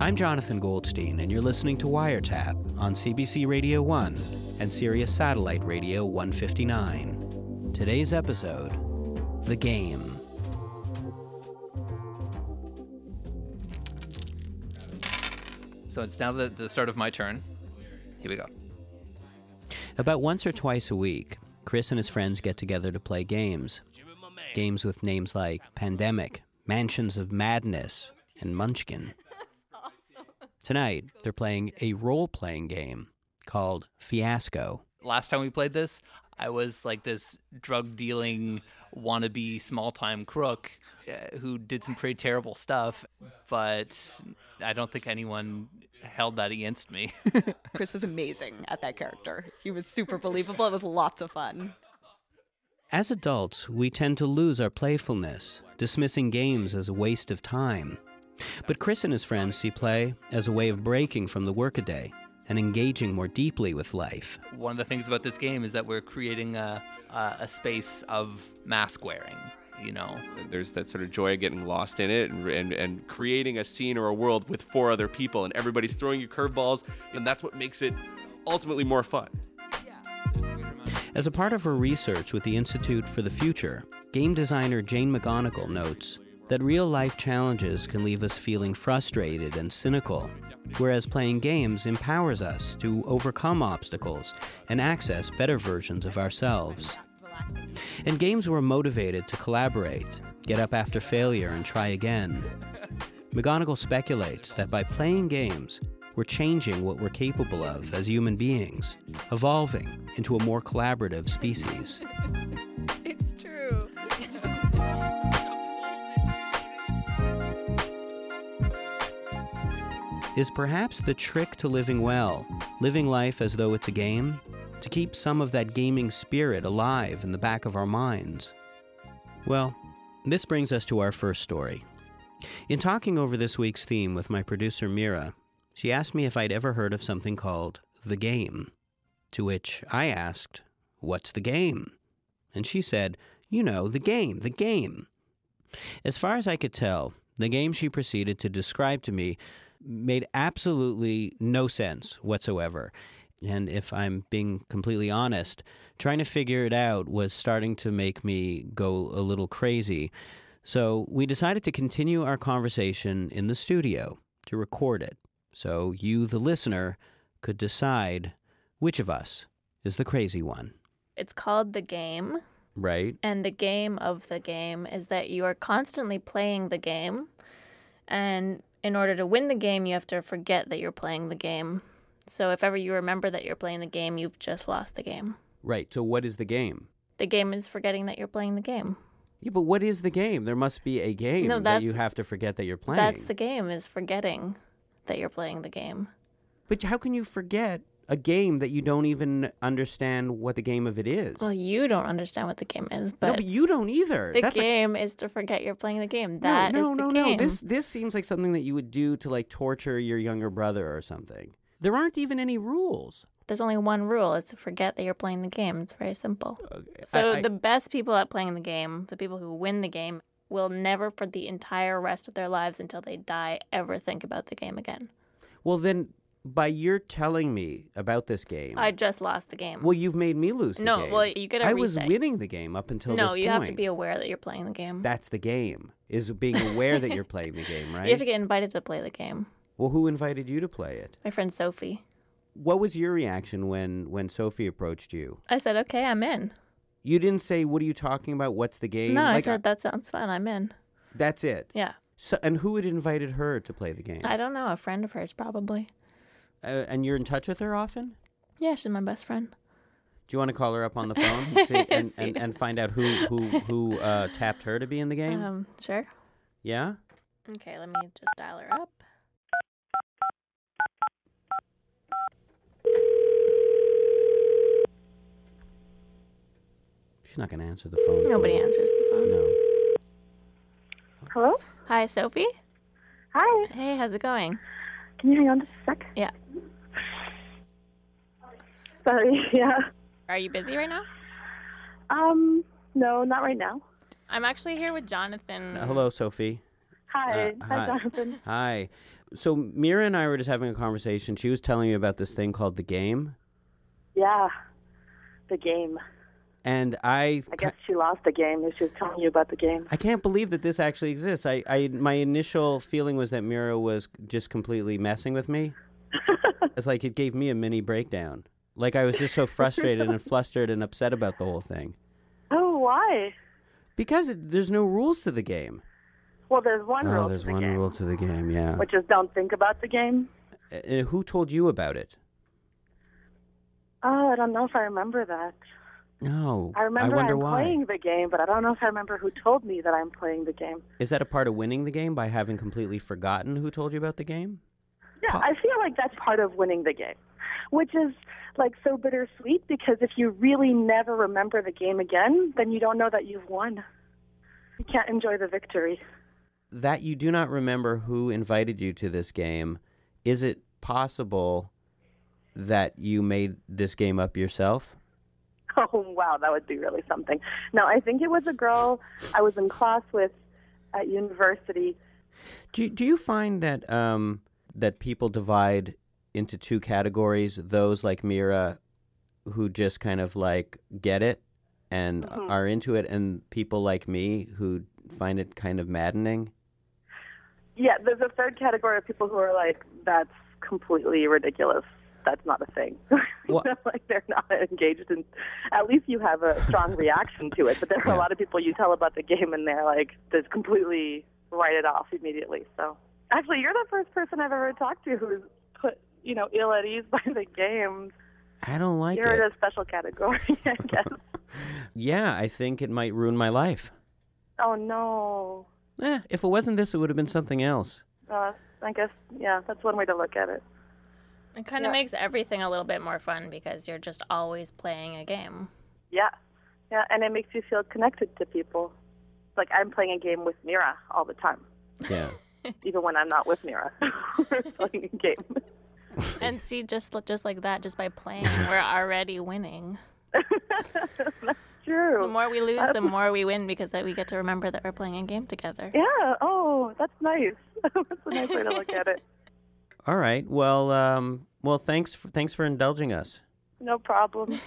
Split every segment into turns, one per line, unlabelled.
I'm Jonathan Goldstein, and you're listening to Wiretap on CBC Radio 1 and Sirius Satellite Radio 159. Today's episode The Game.
So it's now the, the start of my turn. Here we go.
About once or twice a week, Chris and his friends get together to play games. Games with names like Pandemic, Mansions of Madness, and Munchkin. Tonight, they're playing a role playing game called Fiasco.
Last time we played this, I was like this drug dealing wannabe small time crook uh, who did some pretty terrible stuff, but I don't think anyone held that against me.
Chris was amazing at that character. He was super believable. It was lots of fun.
As adults, we tend to lose our playfulness, dismissing games as a waste of time. But Chris and his friends see play as a way of breaking from the workaday and engaging more deeply with life.
One of the things about this game is that we're creating a, a, a space of mask wearing. You know,
There's that sort of joy of getting lost in it and, and, and creating a scene or a world with four other people, and everybody's throwing you curveballs, and that's what makes it ultimately more fun.
As a part of her research with the Institute for the Future, game designer Jane McGonigal notes that real life challenges can leave us feeling frustrated and cynical, whereas playing games empowers us to overcome obstacles and access better versions of ourselves. In games, we're motivated to collaborate, get up after failure, and try again. McGonigal speculates that by playing games, we're changing what we're capable of as human beings, evolving into a more collaborative species.
It's true.
Is perhaps the trick to living well, living life as though it's a game, to keep some of that gaming spirit alive in the back of our minds? Well, this brings us to our first story. In talking over this week's theme with my producer Mira, she asked me if I'd ever heard of something called the game. To which I asked, What's the game? And she said, You know, the game, the game. As far as I could tell, the game she proceeded to describe to me made absolutely no sense whatsoever. And if I'm being completely honest, trying to figure it out was starting to make me go a little crazy. So we decided to continue our conversation in the studio to record it. So you, the listener, could decide which of us is the crazy one.
It's called The Game.
Right?
And the game of the game is that you are constantly playing the game. And in order to win the game, you have to forget that you're playing the game. So if ever you remember that you're playing the game, you've just lost the game.
Right. So what is the game?
The game is forgetting that you're playing the game.
Yeah, but what is the game? There must be a game
No,
that
that's-
you have to forget that you're playing.
That's the game is forgetting that you're playing the game.
But how can you forget a game that you don't even understand what the game of it is?
Well, you don't understand what the game is,
no,
but,
but you don't either.
the
That's a-
game is to forget you're playing the game. That is
no, no,
the
no,
game.
no. This this seems like something that you would do to like torture your younger brother or something. There aren't even any rules.
There's only one rule: is to forget that you're playing the game. It's very simple. So
I-
the best people at playing the game, the people who win the game, will never, for the entire rest of their lives until they die, ever think about the game again.
Well, then, by your telling me about this game,
I just lost the game.
well, you've made me lose. The
No,
game.
well, you gotta
I was
reset.
winning the game up until
no,
this
you have to
point.
be aware that you're playing the game.
That's the game. Is being aware that you're playing the game, right?
You have to get invited to play the game.
well, who invited you to play it?
My friend Sophie.
What was your reaction when when Sophie approached you?
I said, "Okay, I'm in."
You didn't say, "What are you talking about? What's the game?"
No, I
Like, uh,
said that sounds fun. I'm in.
that's it.
Yeah,
So, and who had invited her to play the game?
I don't know. A friend of hers probably.
Uh, and you're in touch with her often?
Yeah, she's my best friend.
Do you want to call her up on the phone and, see, and, and, and find out who who who uh, tapped her to be in the game?
Um, sure.
yeah.
Okay, let me just dial her up.
She's not going to answer the phone.
Nobody answers the phone.
No.
Hello?
Hi, Sophie.
Hi.
Hey, how's it going?
Can you hang on just a sec?
Yeah.
Sorry, yeah.
Are you busy right now?
Um, no, not right now.
I'm actually here with Jonathan.
Uh, Hello, Sophie.
Hi.
Uh,
hi,
hi.
Jonathan.
Hi. So Mira and I were just having a conversation. She was telling me about this thing called the game,
Yeah. The game.
and I
I guess she lost the game if she was telling you about the game.
I can't believe that this actually exists. I, I my initial feeling was that Mira was just completely messing with me. it's like it gave me a mini breakdown. Like I was just so frustrated and flustered and upset about the whole thing
Oh, why?
because it, there's no rules to the game.
Well, there's one
oh,
rule.
there's
to the
one
game,
rule to the game. Yeah.
Which is don't think about the game.
And who told you about it?
Oh, I don't know if I remember that.
No.
I remember
wonder
am
why.
playing the game, but I don't know if I remember who told me that I'm playing the game.
Is that a part of winning the game by having completely forgotten who told you about the game?
Yeah, I feel like that's part of winning the game, which is like so bittersweet because if you really never remember the game again, then you don't know that you've won. You can't enjoy the victory.
that you do not remember who invited you to this game, is it possible that you made this game up yourself?
Oh, wow, that would be really something. No, I think it was a girl I was in class with at university.
Do do you find that um, that people divide into two categories? Those like Mira, who just kind of like get it and are into it, and people like me who find it kind of maddening.
Yeah, there's a third category of people who are like, that's completely ridiculous. That's not a thing. You
What-
know, like they're not engaged in. At least you have a strong reaction to it. But there are
Yeah.
a lot of people you tell about the game, and they're like, just completely write it off immediately. So actually, you're the first person I've ever talked to who's put you know ill at ease by the game.
I don't like
you're
it.
in a special category, I guess.
Yeah, I think it might ruin my life.
oh no.
Eh, if it wasn't this, it would have been something else.
Uh, I guess yeah, that's one way to look at it.
It kind of makes everything a little bit more fun because you're just always playing a game.
Yeah. Yeah, and it makes you feel connected to people. Like I'm playing a game with Mira all the time,
Yeah.
even when I'm not with Mira. We're playing a game.
And see, just look- just like that, just by playing, we're already winning. The
True.
more we lose, the more we win because that we get to remember that we're playing a game together.
yeah. Oh, that's nice. that's a nice way to look at it.
All right. Well, um, well, thanks for, thanks for indulging us.
No problem.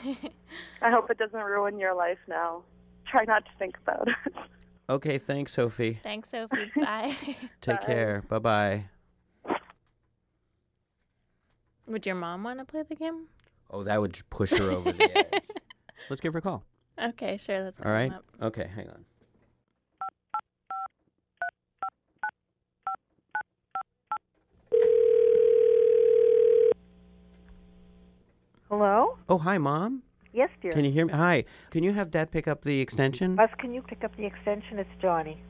I hope it doesn't ruin your life now. Try not to think about it.
Okay, thanks, Sophie.
Thanks, Sophie. Bye.
Take care. Bye bye.
Would your mom want to play the game?
Oh, that would push her over the edge. Let's give her a call.
Okay, sure. That's
All right. Okay, hang on.
Hello?
Oh, hi, mom.
Yes, dear. Uh,
Can you hear me? Hi. Can you have dad pick up the extension?
Russ, can you pick up the extension? It's Johnny.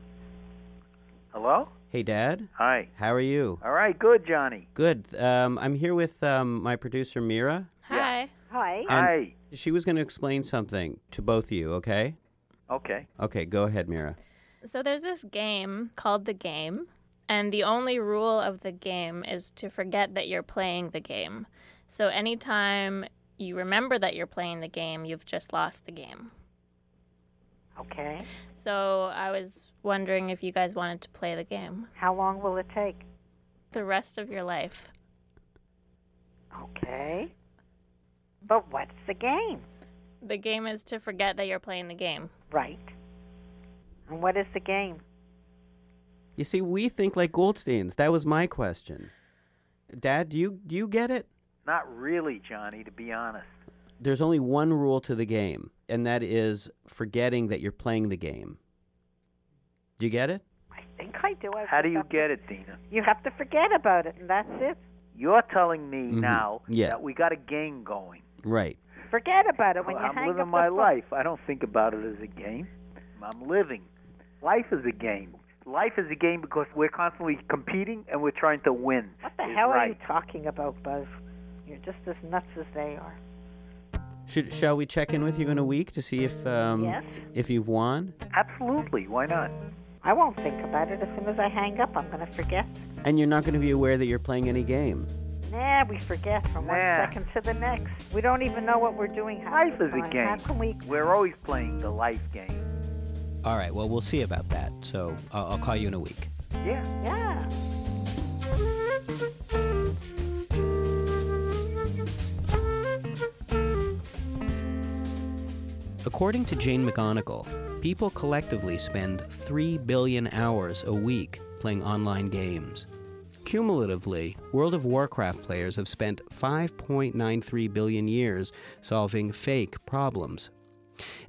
Hello?
Hey, dad.
Hi.
How are you?
All right, good, Johnny.
Good. Um, I'm here with um, my producer Mira.
Hi.
Hi.
And-
Hi.
She was going to explain something to both of you. Okay.
Okay.
Okay. Go ahead, Mira.
So there's this game called The Game, and the only rule of the game is to forget that you're playing the game. So anytime you remember that you're playing the game, you've just lost the game.
Okay.
So I was wondering if you guys wanted to play the game
How long will it take?
the rest of your life.
Okay. But what's the game?
The game is to forget that you're playing the game.
Right. And what is the game?
You see, we think like Goldsteins. That was my question. Dad, do you do you get it?
Not really, Johnny, to be honest.
There's only one rule to the game, and that is forgetting that you're playing the game. Do you get it?
I think I do. I
How do you
forgot.
get it, Dina?
You have to forget about it, and that's it.
You're telling me
Mhm.
now
Yeah.
that we got a game going.
Right.
Forget about it when you
I'm
hang up the
living my
phone.
life. I don't think about it as a game. I'm living. Life is a game. Life is a game because we're constantly competing and we're trying to win.
What the
is
hell are you
right.
talking about, Buzz? You're just as nuts as they are.
Should, shall we check in with you in a week to see if um,
Yes.
if you've won?
Absolutely. Why not?
I won't think about it. As soon as I hang up, I'm going to forget.
And you're not going to be aware that you're playing any game.
Nah, we forget from one
Nah.
second to the next. We don't even know what we're doing. half
Life
the
is a
time. How
game.
can we?
We're always playing the life game.
All right. Well, we'll see about that. So I'll, I'll call you in a week.
Yeah.
Yeah.
According to Jane McGonigal, people collectively spend 3 billion hours a week playing online games. Cumulatively, World of Warcraft players have spent 5.93 billion years solving fake problems.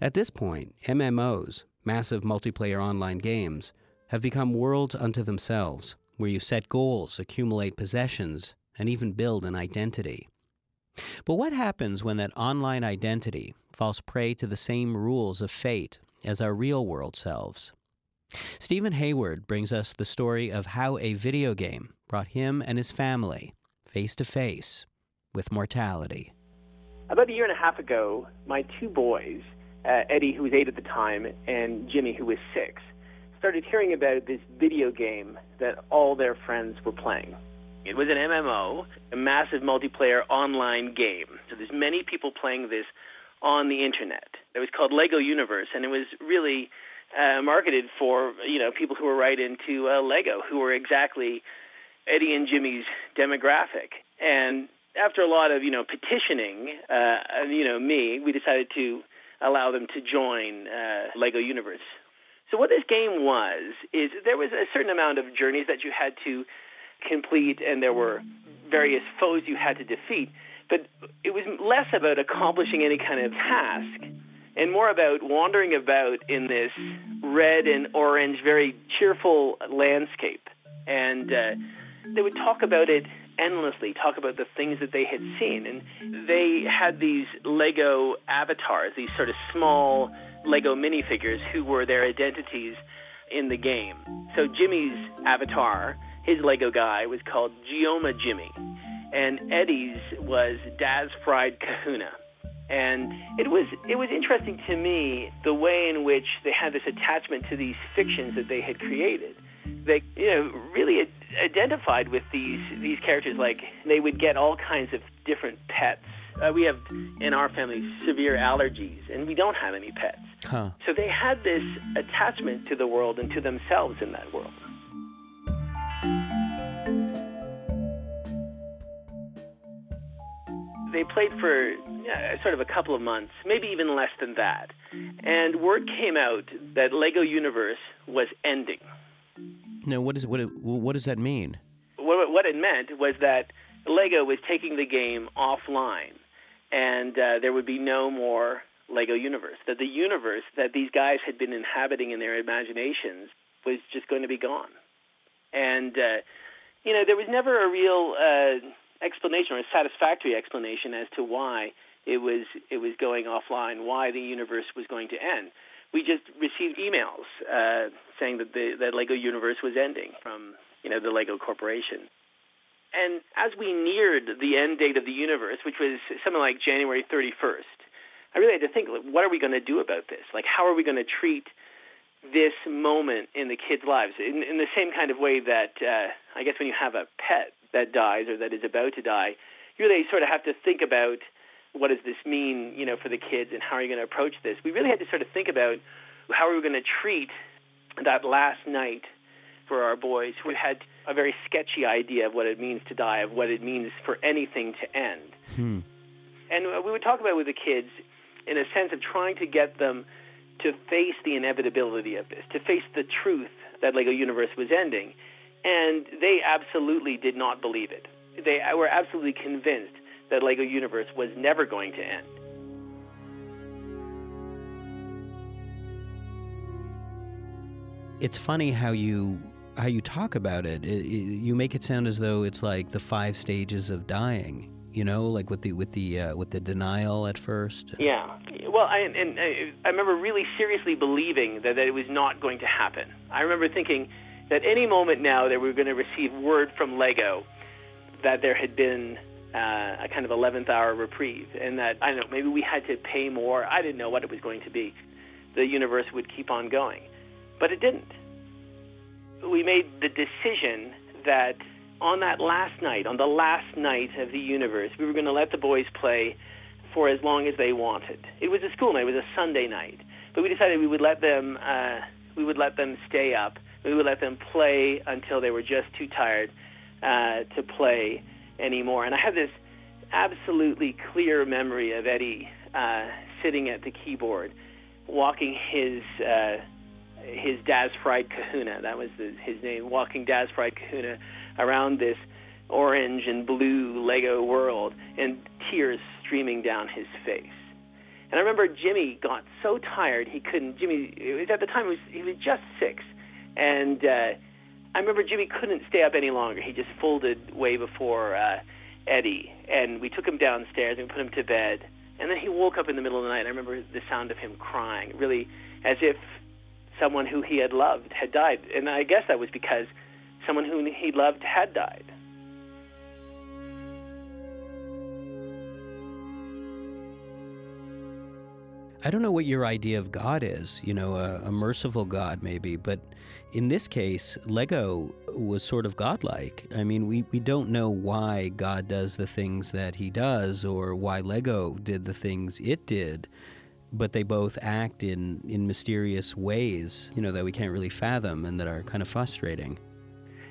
At this point, MMOs, massive multiplayer online games, have become worlds unto themselves, where you set goals, accumulate possessions, and even build an identity. But what happens when that online identity falls prey to the same rules of fate as our real world selves? Stephen Hayward brings us the story of how a video game brought him and his family face to face with mortality.
About a year and a half ago, my two boys, uh, Eddie, who was eight at the time, and Jimmy, who was six, started hearing about this video game that all their friends were playing. It was an MMO, a massive multiplayer online game. So there's many people playing this on the internet. It was called Lego Universe, and it was really uh, marketed for you know people who were right into uh, Lego, who were exactly Eddie and Jimmy's demographic. And after a lot of you know petitioning, uh, and, you know me, we decided to allow them to join uh, Lego Universe. So what this game was is there was a certain amount of journeys that you had to complete, and there were various foes you had to defeat. But it was less about accomplishing any kind of task and more about wandering about in this red and orange, very cheerful landscape. And uh, they would talk about it endlessly, talk about the things that they had seen. And they had these Lego avatars, these sort of small Lego minifigures who were their identities in the game. So Jimmy's avatar, his Lego guy, was called Geoma Jimmy. And Eddie's was Daz Fried Kahuna and it was it was interesting to me the way in which they had this attachment to these fictions that they had created. They you know really ad- identified with these these characters. Like they would get all kinds of different pets. Uh, we have in our family severe allergies, and we don't have any pets.
Huh.
So they had this attachment to the world and to themselves in that world. They played for yeah, sort of a couple of months, maybe even less than that. And word came out that Lego Universe was ending.
Now, what, is, what, what does that mean?
What, what it meant was that Lego was taking the game offline, and uh, there would be no more Lego Universe. That the universe that these guys had been inhabiting in their imaginations was just going to be gone. And, uh, you know, there was never a real uh, explanation or a satisfactory explanation as to why it was it was going offline, why the universe was going to end. We just received emails uh, saying that the that Lego universe was ending from you know the Lego Corporation. And as we neared the end date of the universe, which was something like January 31st, I really had to think, like, what are we going to do about this? Like, how are we going to treat this moment in the kids' lives in, in the same kind of way that uh, I guess when you have a pet that dies or that is about to die, you really sort of have to think about what does this mean, you know, for the kids and how are you going to approach this? We really had to sort of think about how are we going to treat that last night for our boys who had a very sketchy idea of what it means to die, of what it means for anything to end.
Hmm.
And uh, we would talk about it with the kids in a sense of trying to get them to face the inevitability of this, to face the truth that Lego Universe was ending. And they absolutely did not believe it. They were absolutely convinced that Lego Universe was never going to end.
It's funny how you how you talk about it. It- it- You make it sound as though it's like the five stages of dying. You know, like with the with the uh, with the denial at first.
Yeah. Well, I, and I, I remember really seriously believing that, that it was not going to happen. I remember thinking that any moment now that we were going to receive word from Lego that there had been uh, a kind of 11th hour reprieve and that, I don't know, maybe we had to pay more. I didn't know what it was going to be. The universe would keep on going. But it didn't. We made the decision that on that last night, on the last night of the universe, we were going to let the boys play for as long as they wanted. It was a school night. It was a Sunday night, but we decided we would let them uh, we would let them stay up. We would let them play until they were just too tired uh, to play anymore. And I have this absolutely clear memory of Eddie uh, sitting at the keyboard, walking his uh, his Daz Fried Kahuna. That was the, his name. Walking Daz Fried Kahuna around this orange and blue Lego world, and tears streaming down his face. And I remember Jimmy got so tired he couldn't. Jimmy it was at the time he was, he was just six, and uh, I remember Jimmy couldn't stay up any longer. He just folded way before uh, Eddie, and we took him downstairs and put him to bed. And then he woke up in the middle of the night. And I remember the sound of him crying, really as if someone who he had loved had died. And I guess that was because someone who he loved had died.
I don't know what your idea of God is, you know, a, a merciful God maybe, but in this case, Lego was sort of godlike. I mean, we, we don't know why God does the things that he does or why Lego did the things it did, but they both act in, in mysterious ways, you know, that we can't really fathom and that are kind of frustrating.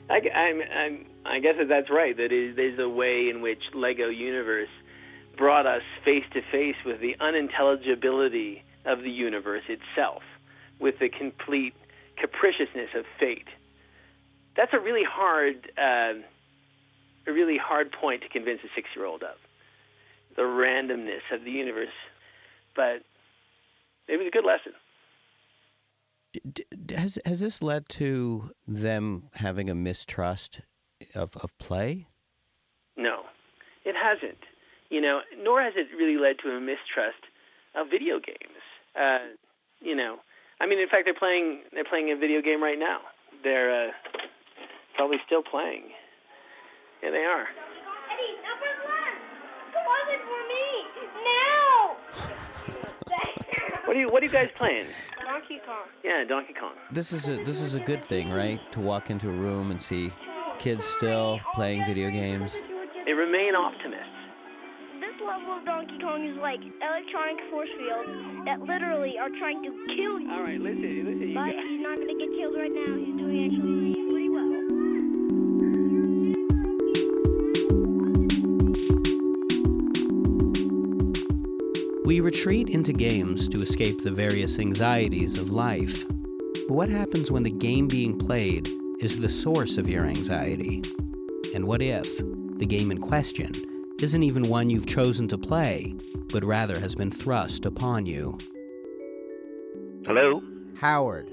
I, I'm, I'm, I guess that that's right. That is, there's a way in which Lego Universe brought us face to face with the unintelligibility of the universe itself, with the complete capriciousness of fate. That's a really hard, uh, a really hard point to convince a six-year-old of, the randomness of the universe. But it was a good lesson.
D- d- has has this led to them having a mistrust of of play?
No, it hasn't. You know, nor has it really led to a mistrust of video games. Uh, you know, I mean, in fact, they're playing they're playing a video game right now. They're uh, probably still playing. Yeah, they are.
Eddie, number one! Come on, it's for me! Now!
What are you What are you guys playing?
Donkey Kong.
Yeah, Donkey Kong.
This is a this is a good thing, right? To walk into a room and see kids still playing video games.
They remain optimists.
This level of Donkey Kong is like electronic force fields that literally are trying to kill you.
Alright, listen, listen,
But he's not gonna get killed right now. He's doing actually pretty well.
We retreat into games to escape the various anxieties of life. But what happens when the game being played is the source of your anxiety? And what if the game in question isn't even one you've chosen to play, but rather has been thrust upon you?
Hello?
Howard.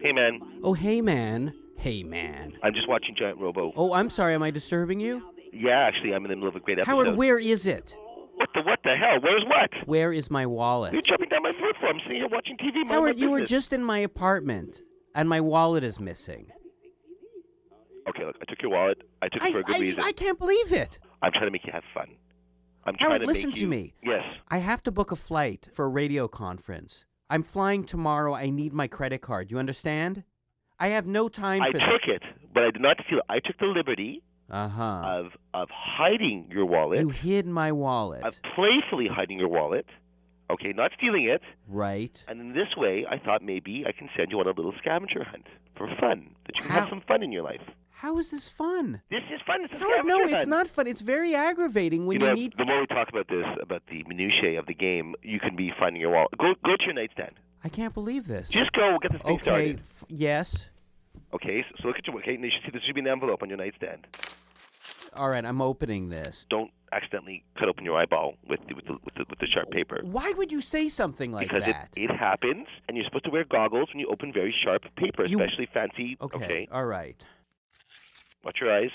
Hey, man.
Oh, hey, man. Hey, man.
I'm just watching Giant Robo.
Oh, I'm sorry, am I disturbing you?
Yeah, actually, I'm in the middle of a great episode.
Howard, where is it?
What the, what the hell? Where's what?
Where is my wallet?
You're jumping down my throat for I'm sitting here watching TV. minding my
Howard, you were
business.
just in my apartment, and my wallet is missing.
Okay, look, I took your wallet. I took it
I,
for a good
I-
reason.
I can't believe it.
I'm trying to make you have fun. I'm trying
Howard,
to
listen
make
to
you...
me.
Yes.
I have to book a flight for a radio conference. I'm flying tomorrow. I need my credit card. You understand? I have no time
I
for
took it, but I did not steal it. I took the liberty
Uh-huh.
of of hiding your wallet, Uh,
You hid my wallet,
of playfully hiding your wallet. Okay, not stealing it.
right?
And in this way, I thought maybe I can send you on a little scavenger hunt for fun, that you can have
How-
some fun in your life.
How is this fun?
This is fun. It's a
Howard, no,
scavenger
it's
hunt.
not fun. It's very aggravating when
you
you,
know,
need
the more we talk about this, about the minutiae of the game, you can be finding your wallet. Go, go to your nightstand.
I can't believe this.
Just go. We'll get this thing
okay,
started.
f- yes.
Okay. So, so look at your. Okay. and You should see there should be an envelope on your nightstand.
All right, I'm opening this.
Don't accidentally cut open your eyeball with the, with the, with the, with the sharp paper.
Why would you say something like
because
that?
it, it happens, and you're supposed to wear goggles when you open very sharp paper,
You-
especially fancy.
okay, all right.
Watch your eyes.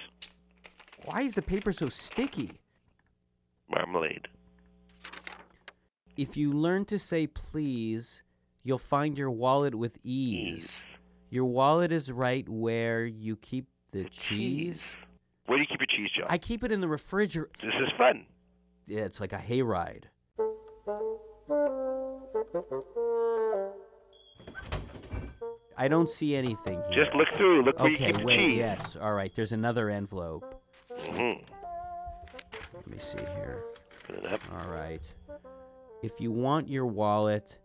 Why is the paper so sticky?
Marmalade.
If you learn to say please, you'll find your wallet with ease. Your wallet is right where you keep the cheese.
Where do you keep your cheese, John?
I keep it in the refrigerator.
This is fun.
Yeah, it's like a hayride. I don't see anything here.
Just look through. Look where you
okay,
keep the
wait,
cheese.
yes. All right, there's another envelope.
Mhm.
Let me see here.
Put it up.
All right. If you want your
Mm-hmm.
wallet,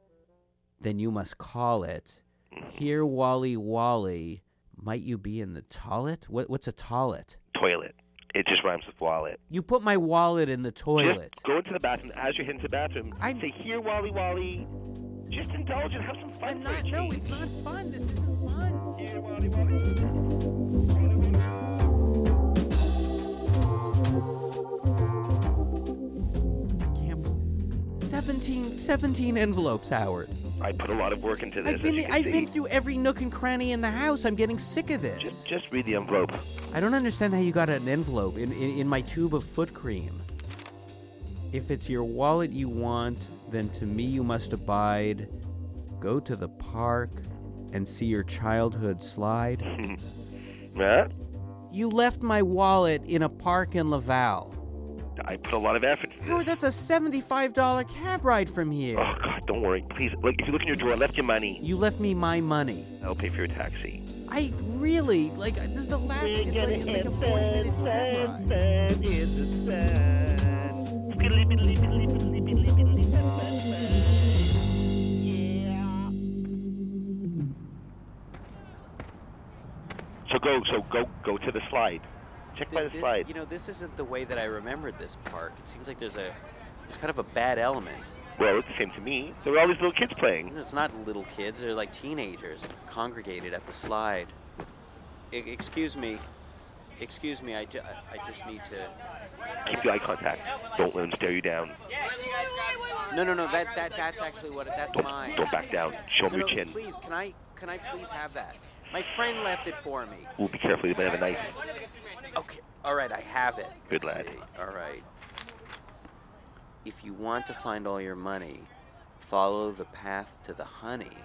then you must call it. Here, Wally Wally, Might you be in the toilet? What, what's a toilet?
Toilet. It just rhymes with wallet.
You put my wallet in the toilet.
Just go into the bathroom as you're heading to the bathroom.
I-
say, "Here, Wally, Wally." Just indulge and have some fun.
I'm not. No, it's not fun. This isn't fun.
Here, Wally, Wally.
Seventeen, seventeen 17, 17 envelopes, Howard.
I put a lot of work into this.
I've been,
as you can
I've
see.
been through every nook and cranny in the house. I'm getting sick of this.
Just, just read the envelope.
I don't understand how you got an envelope in, in, in my tube of foot cream. If it's your wallet you want, then to me you must abide. Go to the park and see your childhood slide.
Huh?
You left my wallet in a park in Laval.
I put a lot of effort.
Howard, that's a $75 cab ride from here.
Oh God, don't worry, please. Look, if you look in your drawer, I left your money.
You left me my money.
I'll pay for your taxi.
I really, like, this is the last, it's like, it's like a 40 minute cab ride.
So go, so go, go to the slide. Check by
Th-
the
this-
slide.
You know, this isn't the way that I remembered this park. It seems like there's a there's kind of a bad element.
Well, it's the same to me. There were all these little kids playing.
It's not little kids; they're like teenagers congregated at the slide. E- excuse me, excuse me. I, ju- I- I just need to.
Keep your eye contact. Don't let them stare you down.
No, no, no. That that that's actually what it- that's mine.
Don't back down. Show
No,
them
no,
your chin.
please, can I can I please have that? My friend left it for me.
Ooh, be careful. You might have a knife.
Okay. All right, I have it.
Good
Let's
lad.
see. All right. If you want to find all your money, follow the path to the honey.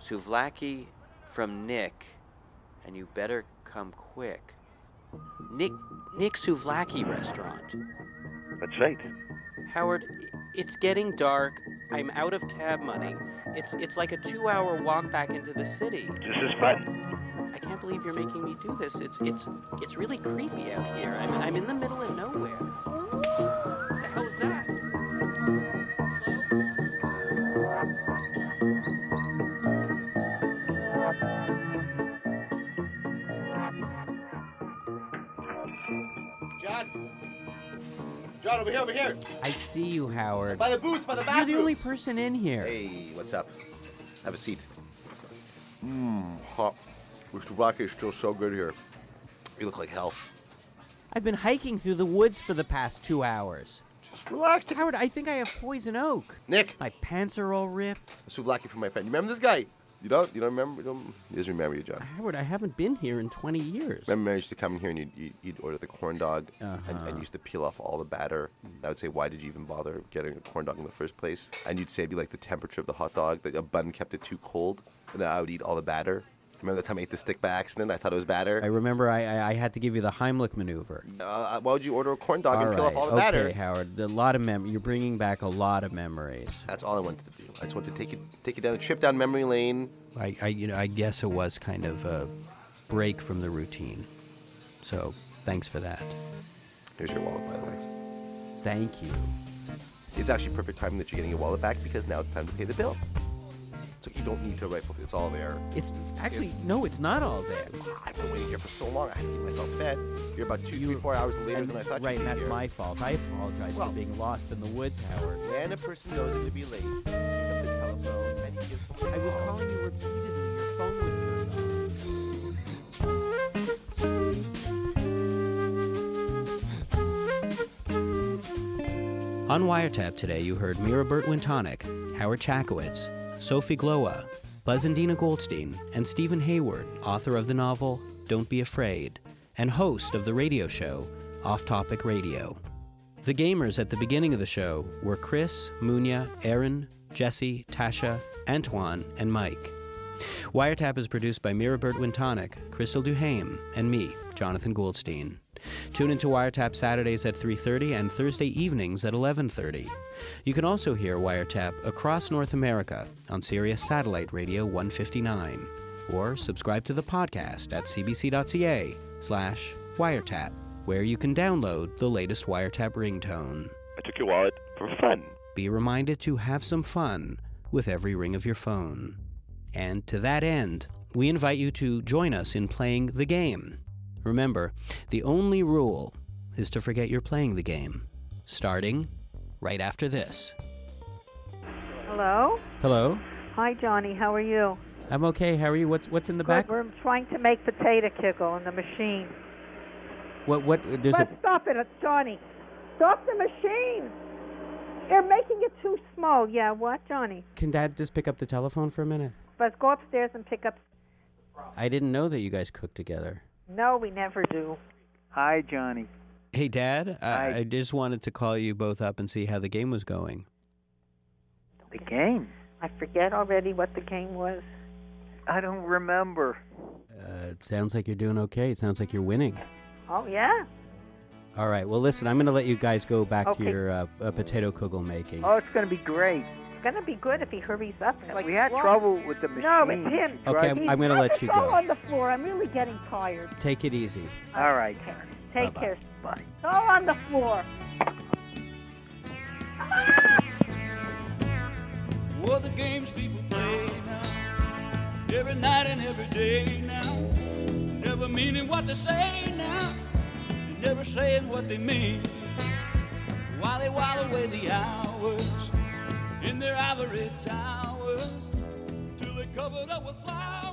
Suvlaki from Nick, and you better come quick. Nick Nick Suvlaki restaurant.
That's right.
Howard, i- it's getting dark. I'm out of cab money. It's it's like a 2-hour walk back into the city.
This is fun.
I can't believe you're making me do this. It's it's it's really creepy out here. I'm I'm in the middle of nowhere. What the hell is that?
John. John, over here, over here.
I see you, Howard.
By the booth, by the back.
You're the only person in here.
Hey, what's up? Have a seat. Mmm, hot. Slovakia is still so good here. You look like hell.
I've been hiking through the woods for the past two hours.
Relax.
Howard, I think I have poison oak.
Nick.
My pants are all ripped.
Souvlaki from my friend. You remember this guy? You don't? You don't remember? You don't, he doesn't remember you, John.
Howard, I haven't been here in 20 years.
Remember, I used to come here and you'd, you'd- you'd order the corn dog and,
Uh-huh.
and you used to peel off all the batter. And I would say, why did you even bother getting a corn dog in the first place? And you'd say it'd be like the temperature of the hot dog, that a bun kept it too cold. And I would eat all the batter. Remember the time I ate the stick by accident? I thought it was batter.
I remember I, I I had to give you the Heimlich maneuver.
Uh, why would you order a corn dog
All
and peel
right,
off all the
okay,
batter?
Howard. A lot of mem. You're bringing back a lot of memories.
That's all I wanted to do. I just wanted to take you take you down a trip down memory lane.
I, I you know I guess it was kind of a break from the routine. So thanks for that.
Here's your wallet, by the way.
Thank you.
It's actually perfect timing that you're getting your wallet back because now it's time to pay the bill. So you don't need to rifle through. It's all there.
It's actually no, it's not all there.
I've been waiting here for so long. I had to get myself fed. You're about two, three, four hours later than I thought
Right,
you'd
and
be
that's
here.
my fault. I apologize
Well-
for being lost in the woods, Howard.
When a person knows it to be late, pick up the telephone and he gives someone
I
a
was
call.
calling you repeatedly. Your phone was turned off. On Wiretap today, you heard Mirabert Wintonic, Howard Chakowitz, Sophie Gloa, Buzzandina Goldstein, and Stephen Hayward, author of the novel Don't Be Afraid, and host of the radio show Off Topic Radio. The gamers at the beginning of the show were Chris, Munya, Aaron, Jesse, Tasha, Antoine, and Mike. Wiretap is produced by Mirabert Wintonic, Crystal Duhame, and me, Jonathan Goldstein. Tune into Wiretap Saturdays at 3:30 and Thursday evenings at 11:30. You can also hear Wiretap across North America on Sirius Satellite Radio 159 or subscribe to the podcast at cbc.ca/wiretap where you can download the latest Wiretap ringtone.
I took your wallet for fun.
Be reminded to have some fun with every ring of your phone. And to that end, we invite you to join us in playing the game. Remember, the only rule is to forget you're playing the game, starting right after this.
Hello?
Hello?
Hi, Johnny. How are you?
I'm okay, Harry. What's, what's in the
Good. We're trying to make potato kibble in the machine.
What, what, there's
Let's stop it, It's Johnny. Stop the machine. They're making it too small. Yeah, what, Johnny?
Can Dad just pick up the telephone for a minute?
Let's go upstairs and pick up.
I didn't know that you guys cooked together.
No, we never do.
Hi, Johnny.
Hey, Dad, I, I just wanted to call you both up and see how the game was going.
The game?
I forget already what the game was.
I don't remember.
Uh, it sounds like you're doing okay. It sounds like you're winning.
Oh, yeah?
All right. Well, listen, I'm going to let you guys go back
Okay.
to your uh, uh, potato kugel making.
Oh, it's going to be great.
It's going to be good if he hurries up. Like,
we had
whoa.
trouble with the machine.
No, it's him.
Okay, I'm-
He's
I'm gonna
got
let
us
you
all
go.
on the floor. I'm really getting tired.
Take it easy.
All right.
Take care. Bye. All on the floor.
What the games people play now, every night and every day now, never meaning what they say now, never saying what they mean. While they while away the hours in their ivory towers, till they're covered up with flowers.